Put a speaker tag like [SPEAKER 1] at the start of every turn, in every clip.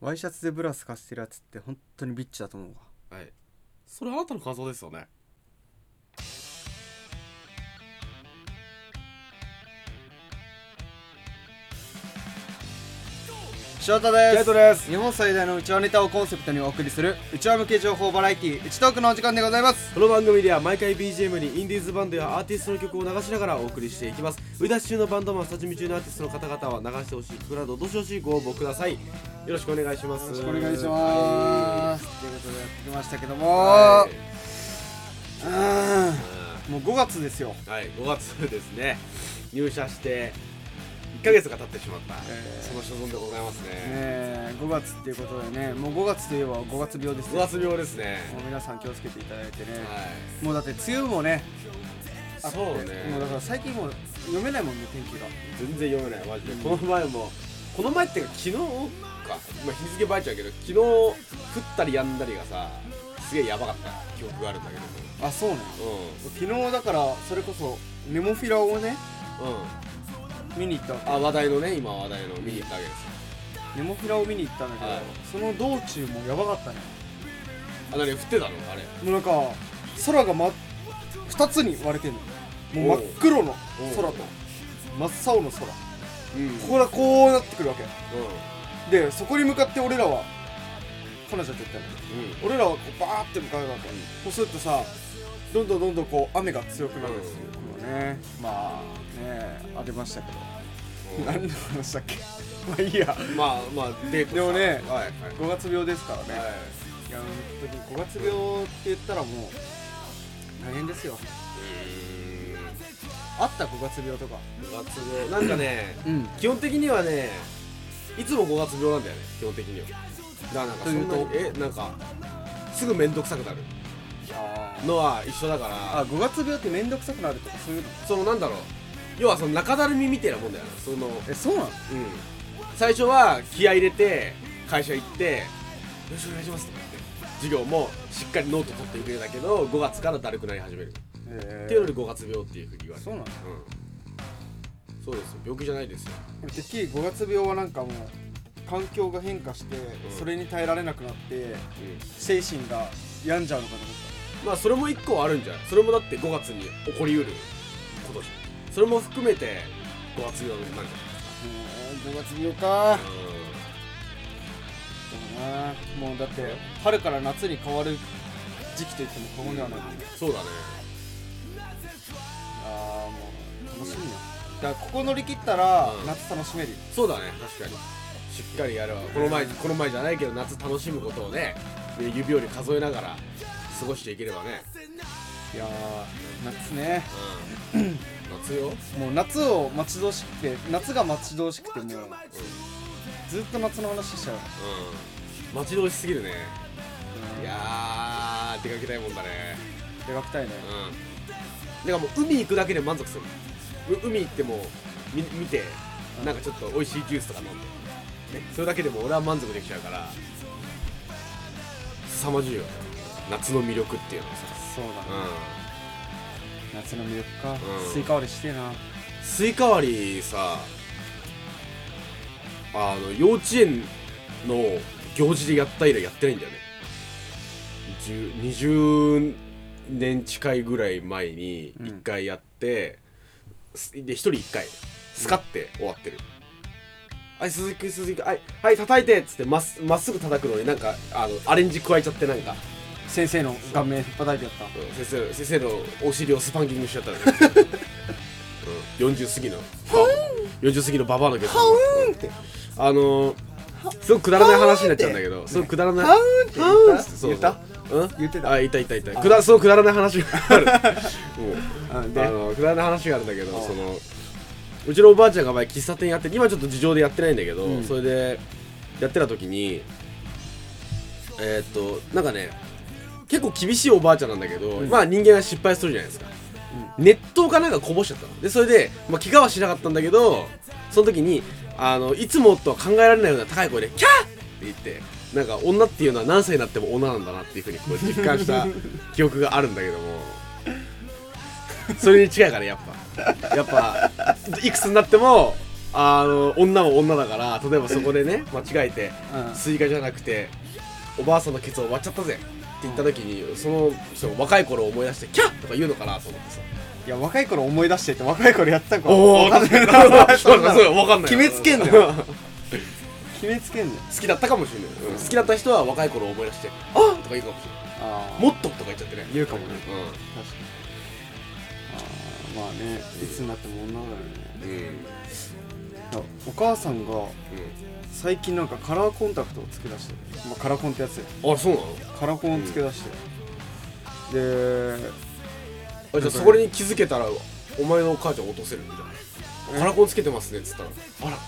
[SPEAKER 1] ワイシャツでブラス貸してるやつって本当にビッチだと思うわ
[SPEAKER 2] はいそれあなたの感想ですよね
[SPEAKER 1] 翔太です
[SPEAKER 2] ケイトです
[SPEAKER 1] 日本最大のうちわネタをコンセプトにお送りするうちわ向け情報バラエティうちトークのお時間でございます
[SPEAKER 2] この番組では毎回 BGM にインディーズバンドやアーティストの曲を流しながらお送りしていきます売り出し中のバンドマン下準備中のアーティストの方々は流してほしい曲などどしどしご応募くださいよろしくお願いします
[SPEAKER 1] よろしくお願いしますということでやってきましたけども、
[SPEAKER 2] はい、
[SPEAKER 1] うんもう5月ですよ
[SPEAKER 2] はい5月ですね入社して1ヶ月が経ってしまった、
[SPEAKER 1] えー
[SPEAKER 2] その所存でございますね
[SPEAKER 1] ねえ5月っていうことでねもう5月といえば5月病です
[SPEAKER 2] 5
[SPEAKER 1] よも
[SPEAKER 2] 月病ですね
[SPEAKER 1] う皆さん気をつけていただいてね、
[SPEAKER 2] はい
[SPEAKER 1] もうだって梅雨もねあって
[SPEAKER 2] そう
[SPEAKER 1] もうだ
[SPEAKER 2] ね
[SPEAKER 1] から最近もう読めないもんね天気が
[SPEAKER 2] 全然読めないマジでこの前もこの前っていうか昨日か、まあ、日付ばえちゃうけど昨日降ったりやんだりがさすげえやばかった記憶があるんだけど
[SPEAKER 1] あそうね
[SPEAKER 2] う
[SPEAKER 1] 昨日だからそれこそネモフィラをね
[SPEAKER 2] んうん
[SPEAKER 1] 見に行ったわけ
[SPEAKER 2] あ話題のね今話題の見に行ったわけですよ
[SPEAKER 1] ネモフィラを見に行ったんだけど、
[SPEAKER 2] はい
[SPEAKER 1] その道中もやばかったね
[SPEAKER 2] あ何降ってたのあ
[SPEAKER 1] も
[SPEAKER 2] れ
[SPEAKER 1] うなんか空が、ま、2つに割れてんのもう
[SPEAKER 2] おう
[SPEAKER 1] 真っ黒の空
[SPEAKER 2] おう
[SPEAKER 1] と真っ青の空こ
[SPEAKER 2] うん
[SPEAKER 1] こからこうなってくるわけ
[SPEAKER 2] うん
[SPEAKER 1] でそこに向かって俺らは彼女と言ったの
[SPEAKER 2] うん
[SPEAKER 1] 俺らはこうバーって向かうわけ、そうするとさどんどんどんどんこう雨が強くなるんですよ、こうねまあねありましたけど、 何の話だっけまあいいや
[SPEAKER 2] まあまあデート
[SPEAKER 1] でもね
[SPEAKER 2] はいはい
[SPEAKER 1] 5月病ですからね、
[SPEAKER 2] はい
[SPEAKER 1] いや本当に5月病って言ったらもう大変ですよあった5月病とか
[SPEAKER 2] うーん五月病なんかね
[SPEAKER 1] うん
[SPEAKER 2] 基本的にはねいつも5月病なんだよね基本的にはだからなんかそんなに
[SPEAKER 1] と
[SPEAKER 2] えなんかすぐ面倒くさくなるのは一緒だから
[SPEAKER 1] あ5月病って面倒くさくなるとかそういうの
[SPEAKER 2] そのなんだろう要はその中だるみみたいなもんだよなその
[SPEAKER 1] えそうなの
[SPEAKER 2] うん最初は気合い入れて会社行ってよろしくお願いしますとか言って授業もしっかりノート取っていくんだけど5月からだるくなり始める、
[SPEAKER 1] え
[SPEAKER 2] っていうので5月病っていうふうに言われて
[SPEAKER 1] そうなの
[SPEAKER 2] うんそうですよ病気じゃないですよ
[SPEAKER 1] 俺てっきり5月病はなんかもう環境が変化してそれに耐えられなくなって
[SPEAKER 2] うん
[SPEAKER 1] 精神が病んじゃうのかと思っ
[SPEAKER 2] まあそれも一個はあるんじゃないそれもだって5月に起こりうることじゃんそれも含めて5月病になるじ
[SPEAKER 1] たうーん5月病か
[SPEAKER 2] ゃん
[SPEAKER 1] でもなもうだって春から夏に変わる時期といっても過言ではない、
[SPEAKER 2] そうだね
[SPEAKER 1] ああもう楽しみやだからここ乗り切ったら
[SPEAKER 2] うん
[SPEAKER 1] 夏楽しめるよ、
[SPEAKER 2] そうだね確かにしっかりやればこの前この前じゃないけど夏楽しむことをねで指折り数えながら過ごしていければね
[SPEAKER 1] いやー夏ね
[SPEAKER 2] うん夏よ
[SPEAKER 1] もう夏を待ち遠しくて夏が待ち遠しくてもう
[SPEAKER 2] うん、
[SPEAKER 1] ずっと夏の話しちゃう
[SPEAKER 2] うん、待ち遠しすぎるねいやー出かけたいもんだね
[SPEAKER 1] 出かけたいね
[SPEAKER 2] うん、なんかもう海行くだけで満足するう海行ってもみ見て
[SPEAKER 1] うん
[SPEAKER 2] なんかちょっと美味しいジュースとか飲んで、ね、それだけでも俺は満足できちゃうから凄まじいよね夏の魅力っていうのはさ、
[SPEAKER 1] そうだね、
[SPEAKER 2] う
[SPEAKER 1] 夏の魅力か、
[SPEAKER 2] うん、
[SPEAKER 1] スイカ割りしてえなん
[SPEAKER 2] スイカ割りさあの幼稚園の行事でやった以来やってないんだよね10 20年近いぐらい前に
[SPEAKER 1] うん
[SPEAKER 2] 1回やって、すで1人1回スカって終わってる、はい鈴木鈴木はい、はい、叩いてっつってまっすまっすぐ叩くのになんかあのアレンジ加えちゃってなんか、
[SPEAKER 1] 先生の顔面引っ叩いてやった
[SPEAKER 2] うん先生先生のお尻をスパンキングしちゃっ たの、ねうん、40過ぎの40過ぎのババアのけど
[SPEAKER 1] うんって
[SPEAKER 2] あのー、すごくくだらない話になっちゃうんだけど、すごくくだらない。
[SPEAKER 1] うんって言った
[SPEAKER 2] そう
[SPEAKER 1] 言った
[SPEAKER 2] そううん
[SPEAKER 1] 言ってた
[SPEAKER 2] あ、いたいたいた。くだ、そうくだらない話が ある。もう
[SPEAKER 1] うん
[SPEAKER 2] あ
[SPEAKER 1] で
[SPEAKER 2] の、くだらない話があるんだけ
[SPEAKER 1] う
[SPEAKER 2] ど、
[SPEAKER 1] ん
[SPEAKER 2] その、うちのおばあちゃんが前喫茶店やってて、今ちょっと事情でやってないんだけど、
[SPEAKER 1] うん
[SPEAKER 2] それで、やってた時に、えー、っと、なんかね、結構厳しいおばあちゃんなんだけど、
[SPEAKER 1] うん
[SPEAKER 2] まあ人間は失敗するじゃないですか。熱湯かなんかこぼしちゃったのでそれで、まあ、怪我はしなかったんだけどその時にあのいつもとは考えられないような高い声で「キャー!」って言ってなんか女っていうのは何歳になっても女なんだなっていうふうにこう実感した記憶があるんだけどもそれに近いからやっぱやっぱいくつになってもあの女も女だから例えばそこでね間違えて
[SPEAKER 1] うん
[SPEAKER 2] スイカじゃなくておばあさんのケツを割っちゃったぜって言った時にその人が若い頃を思い出してキャッとか言うのかなと思ってさ
[SPEAKER 1] いや若い頃思い出してって若い頃やったか
[SPEAKER 2] おお
[SPEAKER 1] わかんないなお前
[SPEAKER 2] そ
[SPEAKER 1] そ
[SPEAKER 2] うんか
[SPEAKER 1] な
[SPEAKER 2] そう
[SPEAKER 1] の
[SPEAKER 2] わかんない
[SPEAKER 1] 決めつけんなよ決めつけんね
[SPEAKER 2] 好きだったかもしれない、うん好きだった人は若い頃を思い出して「あっ!」とか言うかもしれない
[SPEAKER 1] あ
[SPEAKER 2] 「もっと!」とか言っちゃってね
[SPEAKER 1] 言うかもね
[SPEAKER 2] う
[SPEAKER 1] 確かにあーまあねいつになっても女だよね
[SPEAKER 2] んうん
[SPEAKER 1] いやお母さんが
[SPEAKER 2] う
[SPEAKER 1] 最近なんかカラーコンタクトをつけ出してる、まあ、カラコンってやつよ
[SPEAKER 2] んあそうなの
[SPEAKER 1] カラコンをつけ出してる、で
[SPEAKER 2] あじゃあそこに気づけたらお前のお母ちゃん落とせるんじゃないカラコンつけてますねっつったら「あら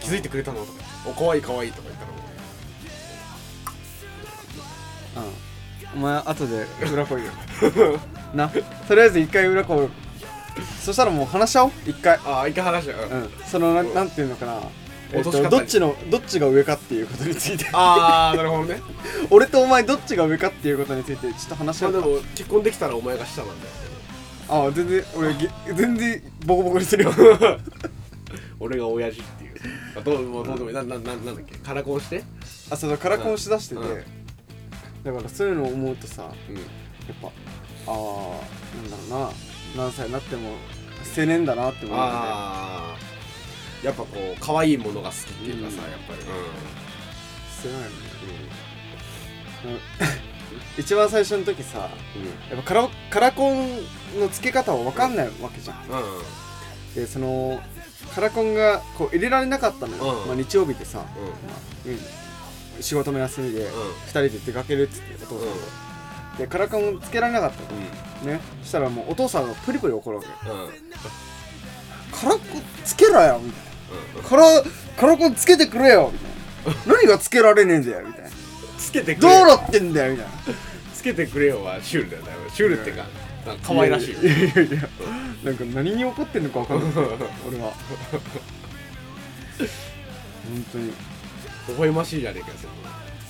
[SPEAKER 2] 気づいてくれたの?」とか「おかわいいかわいい」とか言ったらも
[SPEAKER 1] うんお前後で裏 来いよなとりあえず一回裏来いそしたらもう話し合おう一回
[SPEAKER 2] うああ一回話しちゃう、
[SPEAKER 1] うんそのななんていうのかなえっ
[SPEAKER 2] 落とし方
[SPEAKER 1] とどっちのどっちが上かっていうことについて
[SPEAKER 2] ああなるほど ね
[SPEAKER 1] 俺とお前どっちが上かっていうことについてちょっと話し
[SPEAKER 2] ま
[SPEAKER 1] 合う
[SPEAKER 2] あで
[SPEAKER 1] か
[SPEAKER 2] も結婚できたらお前が下なんだよ
[SPEAKER 1] ああ全然俺ぎ全然ボコボコにす るよ
[SPEAKER 2] 俺が親父っていうあどうもうどうでもいいななななんだっけカラコンして
[SPEAKER 1] あそのカラコンしだしてて、
[SPEAKER 2] うん
[SPEAKER 1] だからそういうのを思うとさや
[SPEAKER 2] うん
[SPEAKER 1] っぱああなんだろうな何歳になっても青年だなって思うよね
[SPEAKER 2] ああやっぱこう可愛いものが好きっていうかさ、
[SPEAKER 1] うん
[SPEAKER 2] やっぱり
[SPEAKER 1] すごいねうん 一番最初の時さ
[SPEAKER 2] う
[SPEAKER 1] やっぱカラカラコンの付け方は分かんないわけじゃん
[SPEAKER 2] んうんうん
[SPEAKER 1] でそのカラコンがこう入れられなかったのよ、
[SPEAKER 2] うん
[SPEAKER 1] まあ、日曜日でさ、ま
[SPEAKER 2] う
[SPEAKER 1] あう
[SPEAKER 2] ん
[SPEAKER 1] ん仕事の休みで
[SPEAKER 2] うん
[SPEAKER 1] 2人で出かけるっつってお父さんと、でカラコンつけられなかったのねそしたらもうお父さんがプリプリ怒るわけよ
[SPEAKER 2] うんうん
[SPEAKER 1] カラコンつけろよみたいなカラカラコンつけてくれよみたいな何がつけられねえんだよみたいな
[SPEAKER 2] つけてく
[SPEAKER 1] ど
[SPEAKER 2] れ
[SPEAKER 1] う
[SPEAKER 2] よ
[SPEAKER 1] なってんだよみたいな
[SPEAKER 2] つけてくれよはシュールだよだいぶシュールっていうかなんか可愛らしいよ
[SPEAKER 1] いやいやいやなんか何に怒ってんのか分かんない俺は本当にい
[SPEAKER 2] 微笑ましいじゃねえかよそ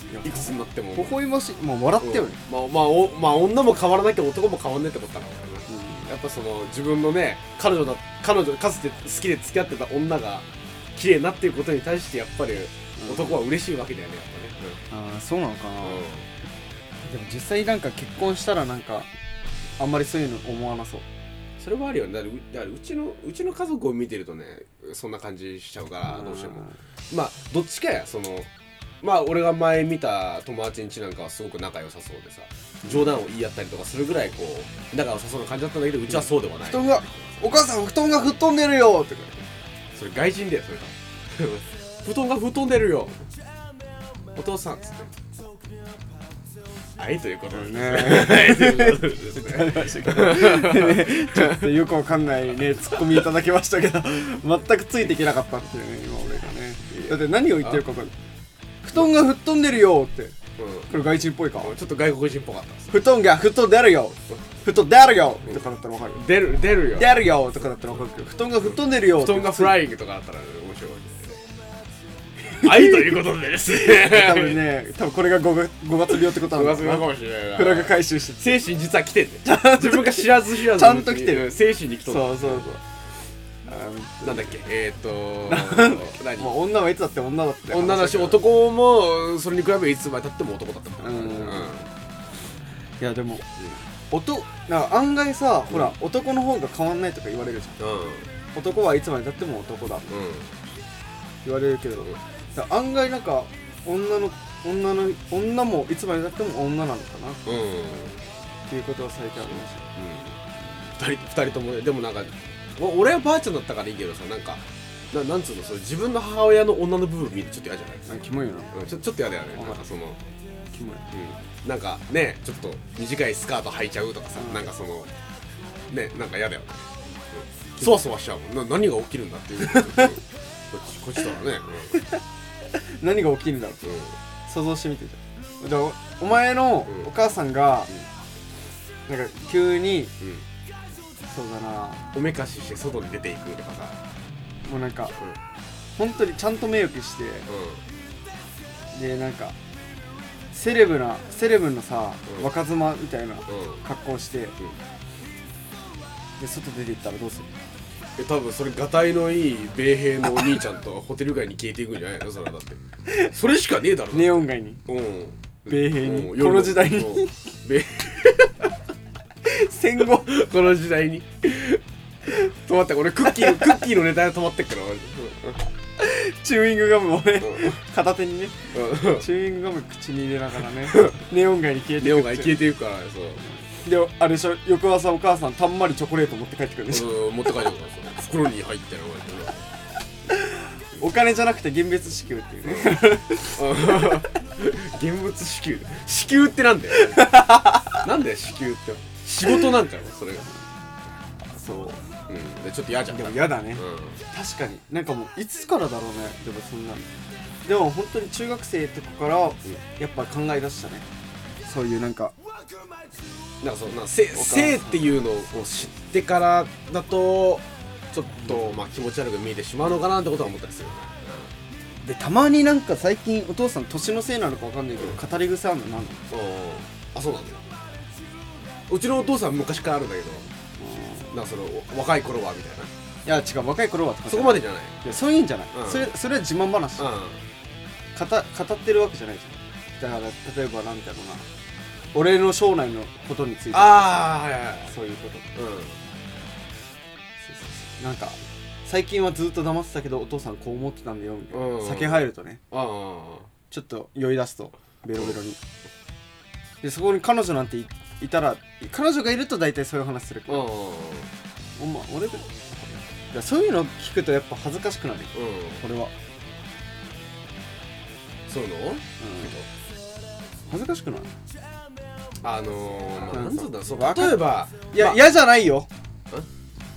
[SPEAKER 2] れ
[SPEAKER 1] や
[SPEAKER 2] いくつになっても
[SPEAKER 1] 微笑ましいまあ笑ってよね、
[SPEAKER 2] まあまあおまあ女も変わらなきゃ男も変わんねえってことだからやっぱその自分のね彼女だ彼女かつて好きで付き合ってた女が綺麗なっていうことに対してやっぱり男は嬉しいわけだよねやっ
[SPEAKER 1] ああそうなのかな、
[SPEAKER 2] ぱね、
[SPEAKER 1] でも実際なんか結婚したらなんかあんまりそういうの思わなそう
[SPEAKER 2] それはあるよねだからうだからうちのうちの家族を見てるとねそんな感じしちゃうからどうしてもまあどっちかやそのまあ俺が前見た友達ん家なんかはすごく仲良さそうでさ冗談を言い合ったりとかするぐらいこう仲良さそうな感じだったんだけどうちはそうではない、
[SPEAKER 1] 布団がお母さん布団が吹っ飛んでるよとか
[SPEAKER 2] それ外人だよそれが布団が布団出るよお父さんっつってはいということですねはいということですね
[SPEAKER 1] ちょっとよくわかんないねツッコミいただきましたけど全くついていけなかったっていうね今俺がねだって何を言ってるかわかんない布団が吹っ飛んでるよってこれ外人っぽいか
[SPEAKER 2] うんちょっと外国人っぽかったんです
[SPEAKER 1] 布団が布団出るよ布団出るよとかだったらわかるよ
[SPEAKER 2] 出る出るよ
[SPEAKER 1] 出るよとかだったらわかるけど布団が布団出るよ
[SPEAKER 2] 布団がフライングとかあったら面白いですねはいということでです
[SPEAKER 1] 多分
[SPEAKER 2] ね
[SPEAKER 1] ね多分これが 5, 5月病ってことなん
[SPEAKER 2] 上
[SPEAKER 1] だ
[SPEAKER 2] 手
[SPEAKER 1] ろうな
[SPEAKER 2] なのかもしれない
[SPEAKER 1] フラが
[SPEAKER 2] な
[SPEAKER 1] 回収して
[SPEAKER 2] 精神実は来てんね自分が知らず知らず
[SPEAKER 1] ちゃんと来てる
[SPEAKER 2] うん精神に来
[SPEAKER 1] そ
[SPEAKER 2] と
[SPEAKER 1] う
[SPEAKER 2] る
[SPEAKER 1] そうそうあ
[SPEAKER 2] なんだっけえーっと
[SPEAKER 1] ー
[SPEAKER 2] 何
[SPEAKER 1] もう女はいつだって女だって
[SPEAKER 2] 女だし男もそれに比べいつまでたっても男だったみたいな
[SPEAKER 1] うんいやでも男なんか案外さほら男の方が変わんないとか言われるじゃ
[SPEAKER 2] うん
[SPEAKER 1] ん男はいつまでたっても男だって言われるけど
[SPEAKER 2] うん
[SPEAKER 1] だから案外なんか女の女の女もいつまでたっても女なのかなっ
[SPEAKER 2] うんうん
[SPEAKER 1] ていうことは最近ありました
[SPEAKER 2] 二人二人ともねでもなんかお俺はばあちゃんだったからいいけどさなんかななんつうのそれ自分の母親の女の部分見るのちょっと嫌じゃないです
[SPEAKER 1] なんかキモいよな
[SPEAKER 2] うんちょちょっと嫌だよね
[SPEAKER 1] わかる
[SPEAKER 2] なんかその
[SPEAKER 1] キモい
[SPEAKER 2] うんなんかねちょっと短いスカート履いちゃうとかさ、
[SPEAKER 1] うん
[SPEAKER 2] なんかそのねなんか嫌だよね、うんそわそわしちゃうもんな何が起きるんだっていう こっちこっちだからね、
[SPEAKER 1] 何が起きるんだろう
[SPEAKER 2] うんうん
[SPEAKER 1] 想像してみてじゃんでおお前の
[SPEAKER 2] うん
[SPEAKER 1] お母さんが、なんか急に
[SPEAKER 2] うん
[SPEAKER 1] そうだな
[SPEAKER 2] おめかしして外に出ていくとかさ、
[SPEAKER 1] もうなんか
[SPEAKER 2] うん
[SPEAKER 1] 本当にちゃんと目をくして
[SPEAKER 2] う
[SPEAKER 1] でなんかセレブなセレブのさ、
[SPEAKER 2] うん
[SPEAKER 1] 若妻みたいなん
[SPEAKER 2] うん
[SPEAKER 1] 格好をしてで外出て行ったらどうする
[SPEAKER 2] え多分それがたいのいい米兵のお兄ちゃんとホテル街に消えていくんじゃないのそれはだってそれしかねえだろ
[SPEAKER 1] ネオン街に
[SPEAKER 2] うん
[SPEAKER 1] 米兵に
[SPEAKER 2] うん
[SPEAKER 1] この時代に
[SPEAKER 2] うん米
[SPEAKER 1] 戦後
[SPEAKER 2] この時代に止まって俺クッキーのクッキーのネタで止まってっからマジ
[SPEAKER 1] チューイングガムをね
[SPEAKER 2] で
[SPEAKER 1] 片手にね
[SPEAKER 2] うんうん
[SPEAKER 1] チューイングガム口に入れながら ねネオン街に消えて
[SPEAKER 2] ネ
[SPEAKER 1] い
[SPEAKER 2] オ
[SPEAKER 1] く
[SPEAKER 2] ン街消えていくからそう
[SPEAKER 1] であれでしょ翌朝お母さんたんまりチョコレート持って帰ってくるでしょ、
[SPEAKER 2] うん持って帰ってください袋に入ってるマジで
[SPEAKER 1] お金じゃなくて現別支給っていうね
[SPEAKER 2] 現物支給支給ってなんだよなんだよ支給って仕事なんかよそれが、
[SPEAKER 1] そ
[SPEAKER 2] うん、でちょっと嫌じゃ
[SPEAKER 1] うんでも嫌だね、
[SPEAKER 2] う
[SPEAKER 1] 確かになんかもういつからだろうねでもそんなのでも本当に中学生とかからやっぱ考え出したねそういうなんか
[SPEAKER 2] ん、なんかそのな性
[SPEAKER 1] 母さん
[SPEAKER 2] 性っていうのを知ってからだとちょっと、まあ、気持ち悪く見えてしまうのかなってことは思ったりするよね、
[SPEAKER 1] でたまになんか最近お父さん年のせいなのかわかんないけど語り癖あんのなんの
[SPEAKER 2] そうあそうなんだようちのお父さん昔からあるんだけどなんかそのお若い頃はみたいない
[SPEAKER 1] や違う若い頃はとか
[SPEAKER 2] そこま
[SPEAKER 1] で
[SPEAKER 2] でじゃない、
[SPEAKER 1] そういうんじゃない、
[SPEAKER 2] うん
[SPEAKER 1] それそれは自慢話
[SPEAKER 2] うん、
[SPEAKER 1] かた語ってるわけじゃないじゃんだから例えばなんだろうな俺の将来のことについて
[SPEAKER 2] ああはいはいはい
[SPEAKER 1] そういうこと
[SPEAKER 2] う
[SPEAKER 1] なんか最近はずっと黙ってたけどお父さんこう思ってたんだよみたいな、
[SPEAKER 2] うん
[SPEAKER 1] 酒入るとね
[SPEAKER 2] んああ
[SPEAKER 1] ちょっと酔い出すとベロベロにでそこに彼女なんていいたら彼女がいると大体そういう話するけ
[SPEAKER 2] う
[SPEAKER 1] ど、
[SPEAKER 2] ん
[SPEAKER 1] お前俺でいやそういうの聞くとやっぱ恥ずかしくなるよ
[SPEAKER 2] うん
[SPEAKER 1] これは、
[SPEAKER 2] そういうの
[SPEAKER 1] 恥ずかしくない
[SPEAKER 2] あのー、まあ、
[SPEAKER 1] うん
[SPEAKER 2] なんつうんだろうそう
[SPEAKER 1] わかる
[SPEAKER 2] 例えば
[SPEAKER 1] いや
[SPEAKER 2] まあ
[SPEAKER 1] 嫌、じゃないよ
[SPEAKER 2] え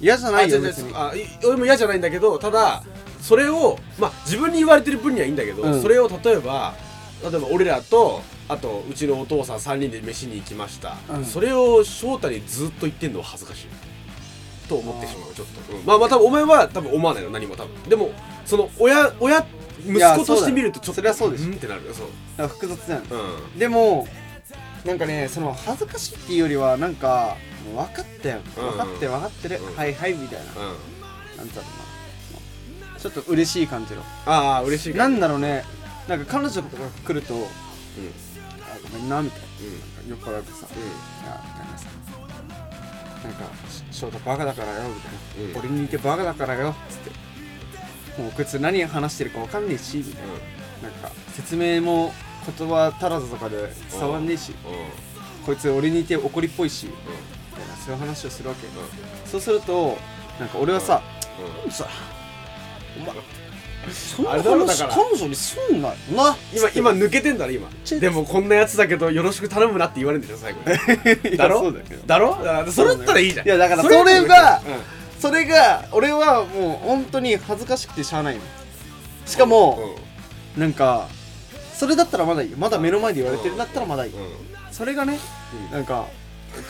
[SPEAKER 1] 嫌じゃ
[SPEAKER 2] あ
[SPEAKER 1] ない
[SPEAKER 2] 違
[SPEAKER 1] よ
[SPEAKER 2] う違う
[SPEAKER 1] 別に
[SPEAKER 2] あい俺も嫌じゃないんだけどただそれをまあ自分に言われてる分にはいいんだけど、
[SPEAKER 1] うん
[SPEAKER 2] それを例えば例えば俺らとあとうちのお父さん3人で飯に行きました、
[SPEAKER 1] うん
[SPEAKER 2] それを翔太にずっと言ってんのは恥ずかしいと思ってしまうちょっと、うんまあまあ多分お前は多分思わないの何も多分でもその親親息
[SPEAKER 1] や
[SPEAKER 2] 子として見るとちょっ
[SPEAKER 1] そ
[SPEAKER 2] と
[SPEAKER 1] うだよそれはそうでしょ
[SPEAKER 2] んってなるよそう
[SPEAKER 1] なんか複雑だよね
[SPEAKER 2] うん
[SPEAKER 1] でもなんかねその恥ずかしいっていうよりはなんかもう分かったよ
[SPEAKER 2] うんうん
[SPEAKER 1] 分かってる分かってる、
[SPEAKER 2] うん
[SPEAKER 1] はいはいみたいな、
[SPEAKER 2] うん
[SPEAKER 1] なんだろうなちょっと嬉しい感じの
[SPEAKER 2] ああ嬉しい
[SPEAKER 1] なん
[SPEAKER 2] だ
[SPEAKER 1] だろうねなんか彼女とかが来ると「
[SPEAKER 2] うんうん
[SPEAKER 1] あごめんな」みたいな酔っ払ってさ「いやなんかさなんかし翔太バカだからよ」みたいな、
[SPEAKER 2] うん
[SPEAKER 1] 俺にいてバカだからよ」つってもうこいつ何話してるか分かんねえしみたいななんか説明も言葉足らずとかで伝わんねえし、
[SPEAKER 2] うんうん
[SPEAKER 1] こいつ俺にいて怒りっぽいしみ
[SPEAKER 2] うん
[SPEAKER 1] たいなそういう話をするわけ、そうするとなんか俺はさ「さお前そんな
[SPEAKER 2] あれだろだ
[SPEAKER 1] 話
[SPEAKER 2] から
[SPEAKER 1] 彼女にすんなよな」
[SPEAKER 2] 今今抜けてんだろ今
[SPEAKER 1] ちょ
[SPEAKER 2] でもこんなやつだけどよろしく頼むなって言われるんでしょ最後
[SPEAKER 1] 今
[SPEAKER 2] にだろ
[SPEAKER 1] そうだけど
[SPEAKER 2] だろだからそれだったらいいじゃん
[SPEAKER 1] いやだから
[SPEAKER 2] だった
[SPEAKER 1] それが
[SPEAKER 2] うん
[SPEAKER 1] それが俺はもう本当に恥ずかしくてしゃあないのしかも、なんかそれだったらまだいいよまだ目の前で言われてるんだったらまだいい
[SPEAKER 2] うんうん
[SPEAKER 1] それがね
[SPEAKER 2] うん
[SPEAKER 1] なんか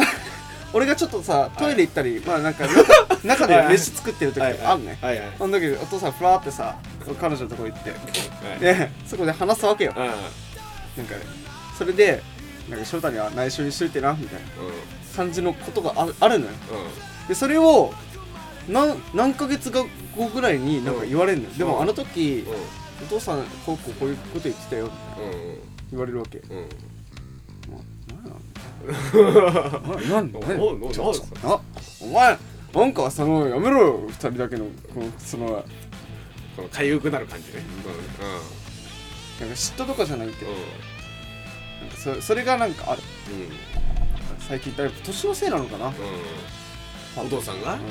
[SPEAKER 1] 俺がちょっとさトイレ行ったりまあなんか中中で飯作ってる時とかあんね
[SPEAKER 2] はいはいはい
[SPEAKER 1] その時お父さんふらーってさ彼女のとこ行ってでそこで話すわけよなんかねそれでなんか翔太には内緒にしといてなみたいな
[SPEAKER 2] うんうん
[SPEAKER 1] 感じのことがああるのよ
[SPEAKER 2] うん
[SPEAKER 1] でそれを何何ヶ月か後ぐらいになんか言われるのよ、
[SPEAKER 2] うん
[SPEAKER 1] でもあの時、
[SPEAKER 2] うん
[SPEAKER 1] お父さんこうこうこういうこと言ってたよ
[SPEAKER 2] うん
[SPEAKER 1] 言われるわけ、
[SPEAKER 2] うんうん
[SPEAKER 1] まあ、 何なんだ
[SPEAKER 2] おおお
[SPEAKER 1] ちょちょなお前なんかそのやめろよ二人だけのこのその
[SPEAKER 2] このかゆくなる感じね
[SPEAKER 1] なんか嫉妬とかじゃないけ
[SPEAKER 2] う
[SPEAKER 1] ど
[SPEAKER 2] んうん
[SPEAKER 1] なんかそそれがなんかある
[SPEAKER 2] うん
[SPEAKER 1] 最近だいぶ年のせいなのかな
[SPEAKER 2] うんお父さんが
[SPEAKER 1] ん
[SPEAKER 2] うん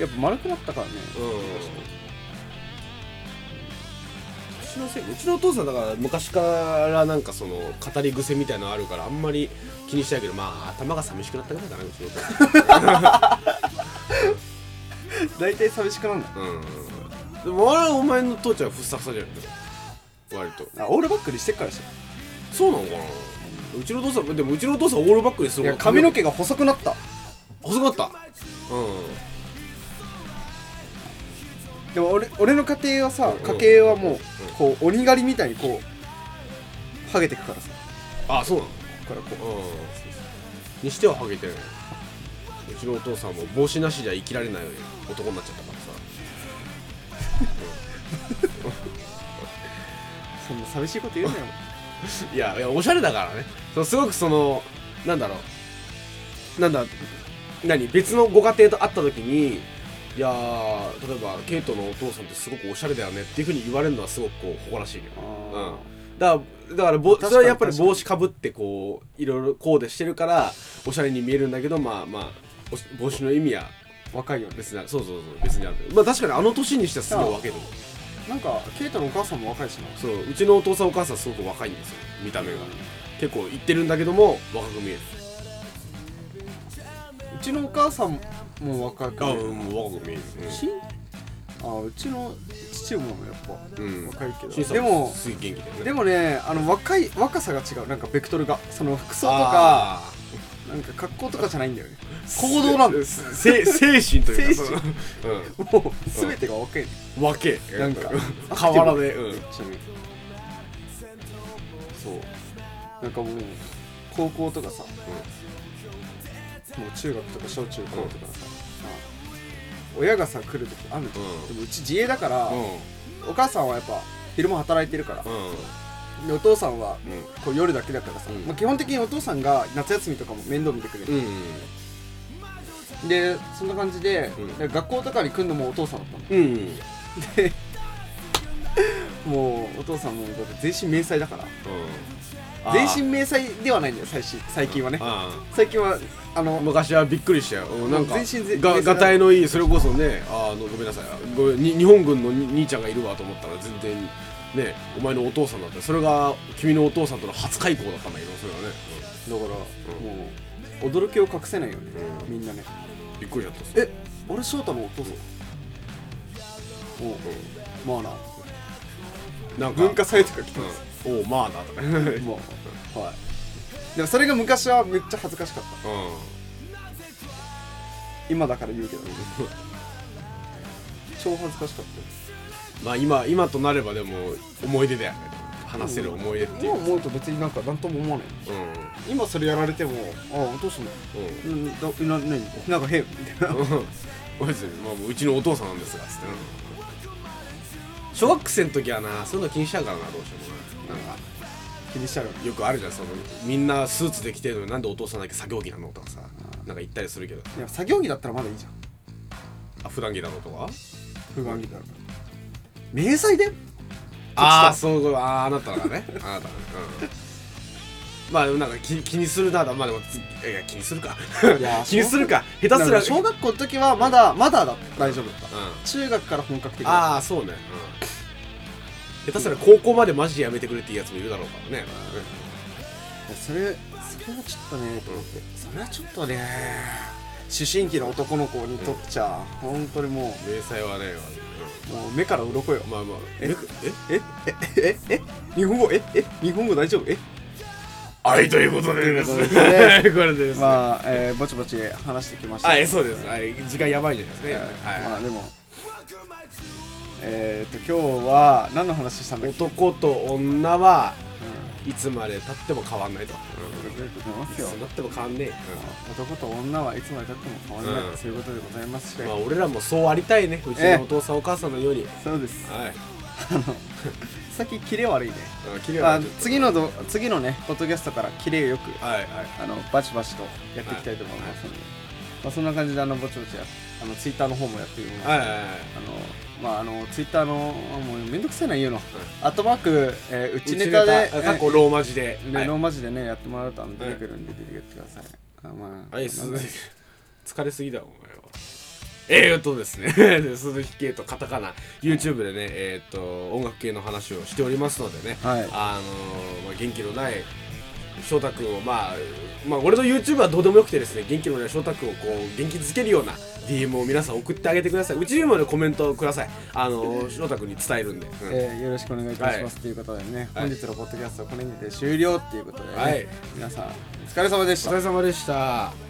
[SPEAKER 1] やっぱ丸くなったからね、
[SPEAKER 2] うんうちのせいうちのお父さんだから昔からなんかその語り癖みたいなのあるからあんまり気にしないけどまあ頭が寂しくなったぐらいかなうちのお父さん
[SPEAKER 1] 大体寂しくなんだ
[SPEAKER 2] うんでもあれお前の父ちゃんふっさふさじゃない割と
[SPEAKER 1] あオールバックにしてっからでし
[SPEAKER 2] そうなのかなうちのお父さんでもうちのお父さんオールバックです
[SPEAKER 1] ょい
[SPEAKER 2] る
[SPEAKER 1] や髪の毛が細くなった
[SPEAKER 2] 細かったうん
[SPEAKER 1] でも俺俺の家庭はさ
[SPEAKER 2] うん
[SPEAKER 1] 家計はもう
[SPEAKER 2] うん
[SPEAKER 1] こう鬼狩りみたいにこうハゲてくからさ
[SPEAKER 2] あそうなの
[SPEAKER 1] だからこ
[SPEAKER 2] うんにしてはハゲてる
[SPEAKER 1] う
[SPEAKER 2] うちのお父さんも帽子なしじゃ生きられない男になっちゃったからさ
[SPEAKER 1] そんな寂しいこと言うなよ
[SPEAKER 2] いやいやおしゃれだからねそうすごくそのなんだろうなんだ何別のご家庭と会った時にいやー例えばケイトのお父さんってすごくおしゃれだよねっていうふうに言われるのはすごくこう誇らしいよ、うん
[SPEAKER 1] あ、
[SPEAKER 2] だからだからぼ
[SPEAKER 1] 確かに
[SPEAKER 2] それはやっぱり
[SPEAKER 1] 確かに
[SPEAKER 2] 帽子かぶってこういろいろコーデしてるからおしゃれに見えるんだけどまあまあおし帽子の意味は
[SPEAKER 1] ー若いよね
[SPEAKER 2] 別にそうそうそう別にあるまあ確かにあの年にしてはすごい分ける
[SPEAKER 1] なんかケイトのお母さんも若いしな
[SPEAKER 2] そううちのお父さんお母さんすごく若いんですよ見た目が結構いってるんだけども若く見える
[SPEAKER 1] うちのお母さんも若く
[SPEAKER 2] あ
[SPEAKER 1] ね
[SPEAKER 2] うんもう若く見える、
[SPEAKER 1] しあうちの父もやっぱ
[SPEAKER 2] うん
[SPEAKER 1] 若いけ
[SPEAKER 2] うん、
[SPEAKER 1] ど、
[SPEAKER 2] シンさん
[SPEAKER 1] でも
[SPEAKER 2] すげえ元気だよね
[SPEAKER 1] で
[SPEAKER 2] も
[SPEAKER 1] もねあの若い若さが違うなんかベクトルがその服装とかなんか格好とかじゃないんだよね行動なんだよ
[SPEAKER 2] 精神とい
[SPEAKER 1] 精神
[SPEAKER 2] うかその
[SPEAKER 1] もう全てが若い、
[SPEAKER 2] うん若え
[SPEAKER 1] なんか
[SPEAKER 2] 変わらねえ
[SPEAKER 1] め
[SPEAKER 2] う
[SPEAKER 1] っ
[SPEAKER 2] ん
[SPEAKER 1] ちゃめそうなんかもう高校とかさ、もう中学とか小中高とかさ、あ親がさ来る時あるの、
[SPEAKER 2] ん
[SPEAKER 1] でもうち自営だから、
[SPEAKER 2] う
[SPEAKER 1] お母さんはやっぱ昼も働いてるから、
[SPEAKER 2] んうん
[SPEAKER 1] でお父さんは
[SPEAKER 2] うん
[SPEAKER 1] こう夜だけだからさ、
[SPEAKER 2] うん
[SPEAKER 1] まあ、基本的にお父さんが夏休みとかも面倒見てくれ
[SPEAKER 2] う
[SPEAKER 1] る、
[SPEAKER 2] ん
[SPEAKER 1] でそんな感じで、
[SPEAKER 2] うん
[SPEAKER 1] で学校とかに来るのもお父さんだったの
[SPEAKER 2] うん
[SPEAKER 1] もうお父さんもだって全身迷彩だから全
[SPEAKER 2] 身
[SPEAKER 1] 身迷彩ではないんだよ最新最近はね
[SPEAKER 2] あ
[SPEAKER 1] 最近はあの
[SPEAKER 2] 昔はびっくりしたようんなんか
[SPEAKER 1] 全身全
[SPEAKER 2] が
[SPEAKER 1] 全身
[SPEAKER 2] がたいのいいそれこそねあのごめんなさいごめんに日本軍のに兄ちゃんがいるわと思ったら全然ねお前のお父さんだったそれが君のお父さんとの初開校だったんだけどそれはね
[SPEAKER 1] だから、もう驚きを隠せないよね、
[SPEAKER 2] うん
[SPEAKER 1] みんなね
[SPEAKER 2] うんびっくりしちゃったっす
[SPEAKER 1] え俺翔太のお父さんおうまあな
[SPEAKER 2] うんなんか
[SPEAKER 1] 文化祭とか来てます、
[SPEAKER 2] うんおうまあなとか うん
[SPEAKER 1] まあはいでもそれが昔はめっちゃ恥ずかしかった今だから言うけどね超恥ずかしかったです
[SPEAKER 2] まあ今今となればでも思い出だよね 話せる思い出ってい
[SPEAKER 1] 今
[SPEAKER 2] うか
[SPEAKER 1] 思うと別になんか何とも思わない
[SPEAKER 2] うん
[SPEAKER 1] 今それやられてもああお父さん
[SPEAKER 2] うん
[SPEAKER 1] うんだな何なんか変みたいな
[SPEAKER 2] うん別にまあ、うちのお父さんなんですがつって、うん小学生の時はなそういうの気にしちゃうからなどうしてもななんか
[SPEAKER 1] 気にしちゃうよね
[SPEAKER 2] よくあるじゃんそのみんなスーツで着てるのになんでお父さんだけ作業着なのとかさなんか言ったりするけど
[SPEAKER 1] いや作業着だったらまだいいじゃん
[SPEAKER 2] あ普段着なのとか
[SPEAKER 1] 不安着だろ迷彩 で
[SPEAKER 2] ああそういうことあーあなたが ねあなたがね、うん、まあでもなんか気気にするなだまあでもついや気にするか
[SPEAKER 1] い や
[SPEAKER 2] 気にするか下手
[SPEAKER 1] だ
[SPEAKER 2] す
[SPEAKER 1] からら小学校の時はまだまだだ大丈夫だった、
[SPEAKER 2] うん
[SPEAKER 1] 中学から本格的だっ
[SPEAKER 2] ああそうね、うん、下手すら高校までマジでやめてくれっていうやつもいるだろうからね、
[SPEAKER 1] たそれそれはちょっとねと思ってそれはちょっとね思春期の男の子にとっちゃ、本当にも
[SPEAKER 2] 迷彩はね、
[SPEAKER 1] うもう目から鱗よ
[SPEAKER 2] まあまあ
[SPEAKER 1] え
[SPEAKER 2] ええ
[SPEAKER 1] えええええ日本語ええ日本語大丈夫え
[SPEAKER 2] はいということでですね
[SPEAKER 1] という
[SPEAKER 2] これでですね、
[SPEAKER 1] まあ、えー、ぼちぼち話してきました
[SPEAKER 2] はいそうですはい時間やばいじゃないですか
[SPEAKER 1] はい、ま
[SPEAKER 2] は
[SPEAKER 1] あでもえー、っと今日は何の話したん
[SPEAKER 2] い
[SPEAKER 1] だっけ
[SPEAKER 2] 男と女はいつまで経っても変わんないと、
[SPEAKER 1] ということでございます
[SPEAKER 2] い
[SPEAKER 1] よ
[SPEAKER 2] つになっても変わんねえ、
[SPEAKER 1] 男と女はいつまでたっても変わらない、
[SPEAKER 2] うん
[SPEAKER 1] そういうことでございますし、
[SPEAKER 2] まあ俺らもそうありたいねうち
[SPEAKER 1] ええ
[SPEAKER 2] のお父さんお母さんのように、
[SPEAKER 1] そうです
[SPEAKER 2] はい
[SPEAKER 1] 先キレ悪いね
[SPEAKER 2] うん綺麗
[SPEAKER 1] ま
[SPEAKER 2] な
[SPEAKER 1] あ
[SPEAKER 2] ちょっと
[SPEAKER 1] 次のど次のねポッドキャストからキレよく
[SPEAKER 2] はいはい
[SPEAKER 1] あのバチバチとやっていきたいと思いますので、まあ、そんな感じであのぼちぼちやあのツイッターの方もやっているので、
[SPEAKER 2] はいはいはい
[SPEAKER 1] あのまああのツイッターのもうめんどくせえな言うの、アットマーク、えー、うちネタで
[SPEAKER 2] うちネタ過去ローマ字で、
[SPEAKER 1] ね
[SPEAKER 2] はい
[SPEAKER 1] ローマ字でねやってもらうとあの出てくるんで出てきてください、あまあ
[SPEAKER 2] はい、
[SPEAKER 1] そ
[SPEAKER 2] す
[SPEAKER 1] んな
[SPEAKER 2] 疲れすぎだお前は。えー、っとですね、 で鈴木圭とカタカナ、YouTube でね、えーっと、音楽系の話をしておりますのでね、
[SPEAKER 1] はい
[SPEAKER 2] あのーまあ、元気のない翔太君を、まあ、まあ、俺の YouTube はどうでもよくてですね、元気のない翔太君をこう、元気づけるような DM を皆さん送ってあげてください。うちにもね、コメントをください。あのー翔太君に伝えるんで。うん
[SPEAKER 1] えーよろしくお願いいたします、ということでね、
[SPEAKER 2] はい
[SPEAKER 1] 本日のポッドキャストはこれにて終了っていうことで、ね
[SPEAKER 2] はい
[SPEAKER 1] 皆さんお疲れ様でし
[SPEAKER 2] お
[SPEAKER 1] た
[SPEAKER 2] 疲れ様でした。